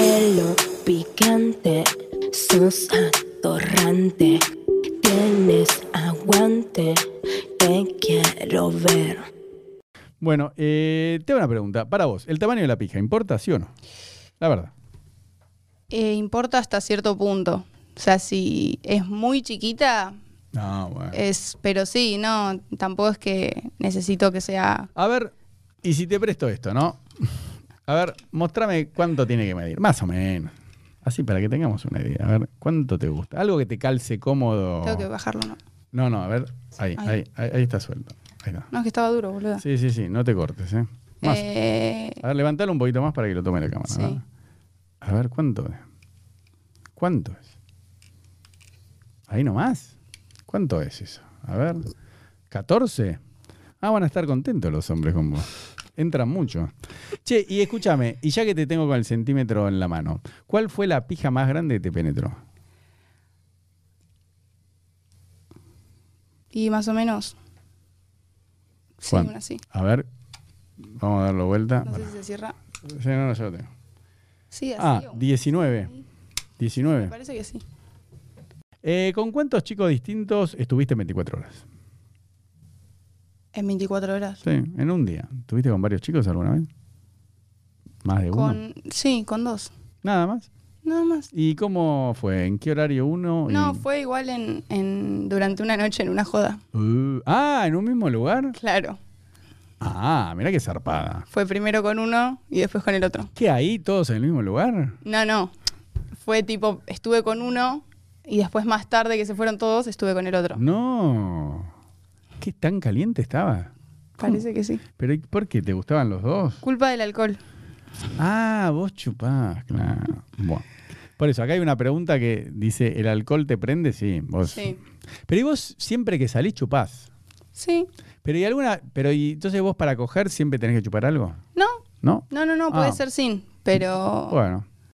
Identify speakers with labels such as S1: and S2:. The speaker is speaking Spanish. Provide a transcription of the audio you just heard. S1: pelo picante, sos atorrante, tienes aguante, te quiero ver.
S2: Bueno, eh, te hago una pregunta. Para vos, ¿el tamaño de la pija importa, sí o no? La verdad.
S3: Eh, importa hasta cierto punto. O sea, si es muy chiquita,
S2: No, bueno.
S3: es, pero sí, no, tampoco es que necesito que sea.
S2: A ver, y si te presto esto, ¿no? A ver, mostrame cuánto tiene que medir, más o menos. Así para que tengamos una idea. A ver, ¿cuánto te gusta? Algo que te calce cómodo.
S3: Tengo que bajarlo, ¿no?
S2: No, no, a ver. Ahí,
S3: Ahí.
S2: ahí, ahí, ahí está suelto. Ahí está.
S3: No, es que estaba duro, boludo.
S2: Sí, sí, sí, no te cortes, ¿eh? Más. Ah.
S3: Eh,
S2: A ver, levantalo un poquito más para que lo tome la cámara.
S3: Sí.
S2: ¿no? A ver, ¿cuánto es? ¿Cuánto es? Ahí nomás. ¿Cuánto es eso? A ver, ¿14? Ah, van a estar contentos los hombres con vos. Entran mucho. Che, y escúchame, y ya que te tengo con el centímetro en la mano, ¿cuál fue la pija más grande que te penetró?
S3: y más o menos. Sí,
S2: ¿Cuánto?
S3: una así.
S2: A ver, vamos a darlo vuelta.
S3: No sé si se cierra.
S2: Sí, no, no, ya lo tengo.
S3: Sí, así.
S2: Ah,
S3: o-
S2: 19. 19.
S3: me parece que sí.
S2: Eh, ¿Con cuántos chicos distintos estuviste en 24 horas?
S3: En 24 horas.
S2: Sí, en un día. ¿Tuviste con varios chicos alguna vez? ¿Más de uno?
S3: Con, sí, con dos.
S2: Nada más.
S3: Nada más.
S2: ¿Y cómo fue? ¿En qué horario uno? y-
S3: No, fue igual en, en- durante una noche en una joda.
S2: Uh, ah, ¿en un mismo lugar?
S3: Claro.
S2: Ah, mirá qué zarpada.
S3: Fue primero con uno y después con el otro.
S2: ¿Qué ahí todos en el mismo lugar?
S3: No, no. Fue tipo, estuve con uno y después más tarde que se fueron todos, estuve con el otro.
S2: Mm. No. ¿Qué tan caliente estaba?
S3: Parece que sí.
S2: ¿Pero ¿y por qué te gustaban los dos?
S3: Culpa del alcohol.
S2: Ah, vos chupás, claro. Bueno. Por eso, acá hay una pregunta que dice, ¿el alcohol te prende? Sí, vos.
S3: Sí.
S2: Pero y vos siempre que salís chupás.
S3: Sí.
S2: Pero y alguna, pero y entonces vos para coger siempre tenés que chupar algo,
S3: No,
S2: ¿no?
S3: no, no, no, puede
S2: Ah.
S3: ser sin. Pero
S2: Bueno,